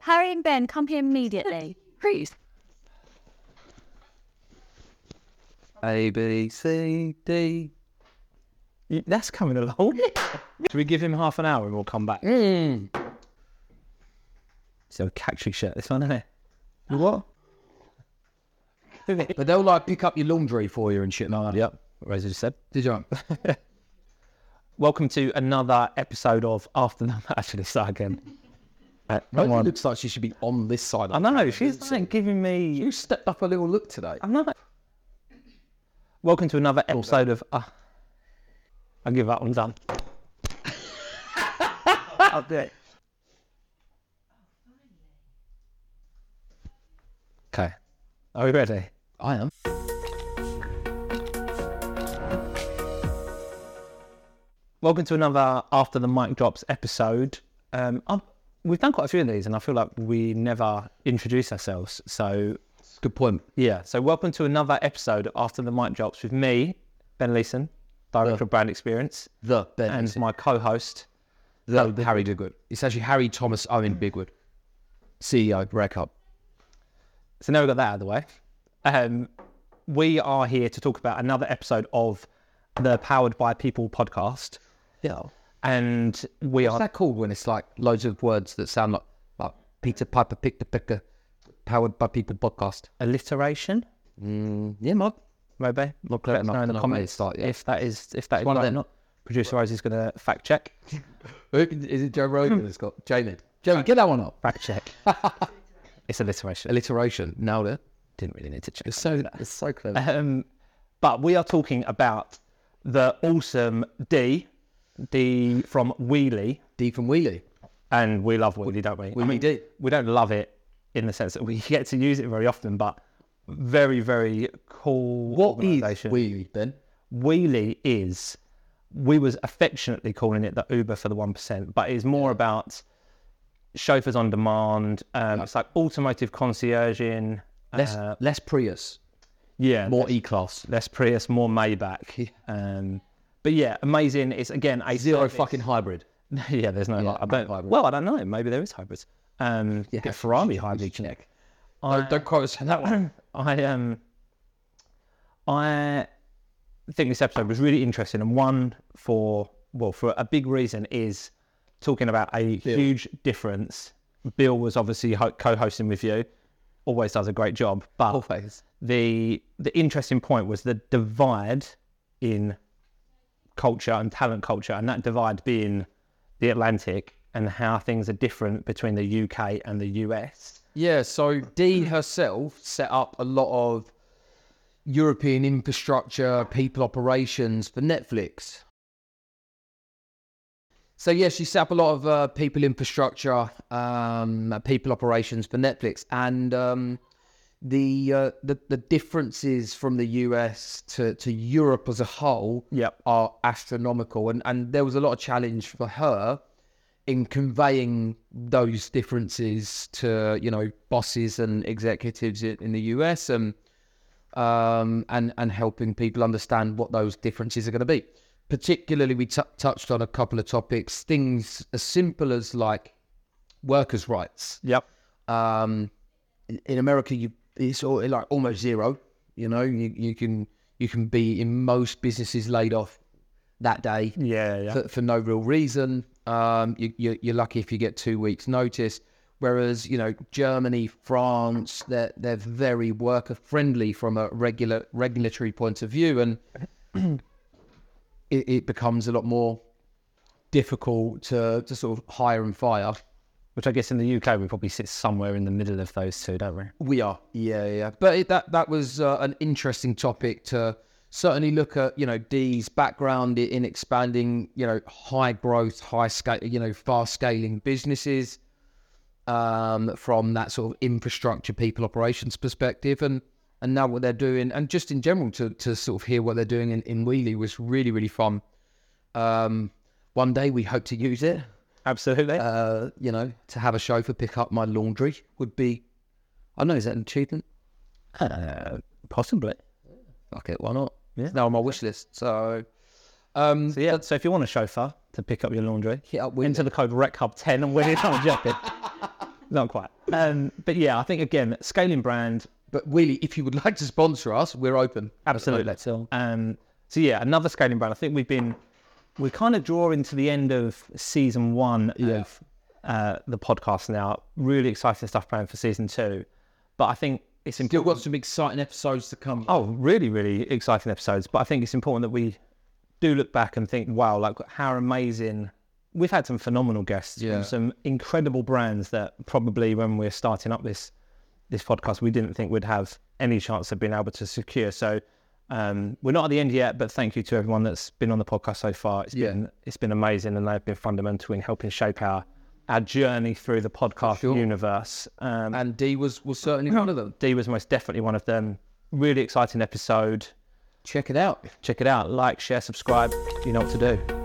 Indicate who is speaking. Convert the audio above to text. Speaker 1: Harry and Ben, come here immediately. Please.
Speaker 2: A B C D.
Speaker 3: Y- That's coming along. Should we give him half an hour and we'll come back?
Speaker 2: Mm.
Speaker 3: So catchy shirt, this one, isn't it? What?
Speaker 2: But they'll like pick up your laundry for you and shit like that. Yep.
Speaker 3: Rosa just said.
Speaker 2: Did you?
Speaker 3: Welcome to another episode of After the Match. Let's start again. Uh,
Speaker 2: Rosie
Speaker 3: come on.
Speaker 2: looks like she should be on this side.
Speaker 3: I know, she's like giving me.
Speaker 2: You stepped up a little look today.
Speaker 3: I know. Welcome to another episode of. Uh, I give up, I'm done. I'll do it.
Speaker 2: Okay.
Speaker 3: Are we ready?
Speaker 2: I am.
Speaker 3: Welcome to another After the Mic Drops episode. Um, i we've done quite a few of these, and I feel like we never introduce ourselves. So,
Speaker 2: It's a good point.
Speaker 3: yeah. So, welcome to another episode of After the Mic Drops with me, Ben Leeson, Director of Brand Experience,
Speaker 2: The Ben.
Speaker 3: and my co host.
Speaker 2: the, Harry Bigwood. It's actually Harry Thomas Owen Bigwood, E CEO, Rec Up.
Speaker 3: So, now we've got that out of the way. Um, we are here to talk about another episode of the Powered by People podcast.
Speaker 2: Yeah.
Speaker 3: And we
Speaker 2: What's
Speaker 3: are.
Speaker 2: that called when it's like loads of words that sound like, like Peter Piper Pick the Picker, powered by People podcast?
Speaker 3: Alliteration?
Speaker 2: Yeah, Mob.
Speaker 3: maybe. Look, let us
Speaker 2: not
Speaker 3: know in
Speaker 2: know where
Speaker 3: the
Speaker 2: to
Speaker 3: comments
Speaker 2: start, yeah.
Speaker 3: if that is if that is
Speaker 2: one of
Speaker 3: right
Speaker 2: them.
Speaker 3: or not. Producer Rose is going to fact check.
Speaker 2: Is it Joe Rogan that's got? Jamie. Jamie, get that one up.
Speaker 3: Fact check. it's alliteration.
Speaker 2: Alliteration. Nailed it.
Speaker 3: Didn't really need to check.
Speaker 2: It's so, it's so clever.
Speaker 3: Um, but we are talking about the awesome D, D from Wheelie,
Speaker 2: D from Wheelie.
Speaker 3: and we love Wheelie, don't we?
Speaker 2: We
Speaker 3: I mean,
Speaker 2: mean D.
Speaker 3: we don't love it in the sense that we get to use it very often, but very very cool.
Speaker 2: What e-, is
Speaker 3: organisation.
Speaker 2: Wheelie, Ben?
Speaker 3: Wheelie is, we was affectionately calling it the Uber for the one percent, but it's more about chauffeurs on demand. Um, It's like automotive concierging.
Speaker 2: Less,
Speaker 3: uh,
Speaker 2: less Prius,
Speaker 3: yeah,
Speaker 2: more E class.
Speaker 3: less Prius, more Maybach. Um, but yeah, amazing. It's again a
Speaker 2: Zero
Speaker 3: service-
Speaker 2: fucking hybrid.
Speaker 3: yeah, there's no. like, I don't.
Speaker 2: hybrid.
Speaker 3: Well, I don't know. Maybe there is hybrids. Um, yeah, Ferrari hybrid.
Speaker 2: Check. No, don't quote us on that one.
Speaker 3: I um I think this episode was really interesting and one for well for a big reason is talking about a huge difference. Bill was obviously ho- co-hosting with you, always does a great job, but
Speaker 2: Always.
Speaker 3: the the interesting point was the divide in culture and talent culture, and that divide being the Atlantic and how things are different between the UK and the US.
Speaker 2: Yeah, so Dee herself set up a lot of European infrastructure, people operations for Netflix. So yeah, she set up a lot of uh, people infrastructure, um, people operations for Netflix, and um, the, uh, the the differences from the US to, to Europe as a whole
Speaker 3: Yep.
Speaker 2: are astronomical, and and there was a lot of challenge for her in conveying those differences to you know bosses and executives i- in the US and um, and and helping people understand what those differences are going to be. Particularly, we t- touched on a couple of topics, things as simple as like workers' rights.
Speaker 3: Yep.
Speaker 2: Um, in- in America, you it's all, like almost zero. You know, you, you can you can be in most businesses laid off that day
Speaker 3: Yeah. Yeah.
Speaker 2: for, for no real reason. Um, you, you, you're lucky if you get two weeks' notice. Whereas you know Germany, France, they're they're very worker friendly from a regular regulatory point of view, and it, it becomes a lot more difficult to, to sort of hire and fire.
Speaker 3: Which I guess in the UK we probably sit somewhere in the middle of those two, don't we?
Speaker 2: We are, yeah, yeah. But it, that that was uh, an interesting topic to certainly look at. You know, Dee's background i- in expanding, you know, high growth, high scale, you know, fast scaling businesses um, from that sort of infrastructure, people operations perspective, and and now what they're doing, and just in general to to sort of hear what they're doing in, in Wheelie was really really fun. Um, one day we hope to use it
Speaker 3: Absolutely.
Speaker 2: uh, you know, to have a chauffeur pick up my laundry would be, I don't know, is that an achievement?
Speaker 3: Uh, possibly.
Speaker 2: Okay, why not?
Speaker 3: Yeah.
Speaker 2: It's now on my wish list. So, um,
Speaker 3: So yeah. So if you want a chauffeur to pick up your laundry,
Speaker 2: hit up with
Speaker 3: enter the code RECHUB10 and win it on Jeopardy. Not quite. Um, but yeah, I think again, scaling brand,
Speaker 2: But really, if you would like to sponsor us, we're open.
Speaker 3: Absolutely.
Speaker 2: Let's all.
Speaker 3: Um, so yeah, another scaling brand. I think we've been we're kind of drawing to the end of season one of uh, the podcast now. Really exciting stuff planned for season two, but I think it's
Speaker 2: Still
Speaker 3: important.
Speaker 2: got some exciting episodes to come.
Speaker 3: Oh, really, really exciting episodes. But I think it's important that we do look back and think, wow, like how amazing. We've had some phenomenal guests
Speaker 2: Yeah.
Speaker 3: from some incredible brands that probably when we're starting up this this podcast, we didn't think we'd have any chance of being able to secure. So um, we're not at the end yet, but thank you to everyone that's been on the podcast so far. It's
Speaker 2: Yeah.
Speaker 3: been it's been amazing, and they've been fundamental in helping shape our our journey through the podcast
Speaker 2: sure.
Speaker 3: universe. Um,
Speaker 2: And D was was certainly one of them.
Speaker 3: D was most definitely one of them. Really exciting episode
Speaker 2: Check it out.
Speaker 3: check it out. Like, share, subscribe. You know what to do.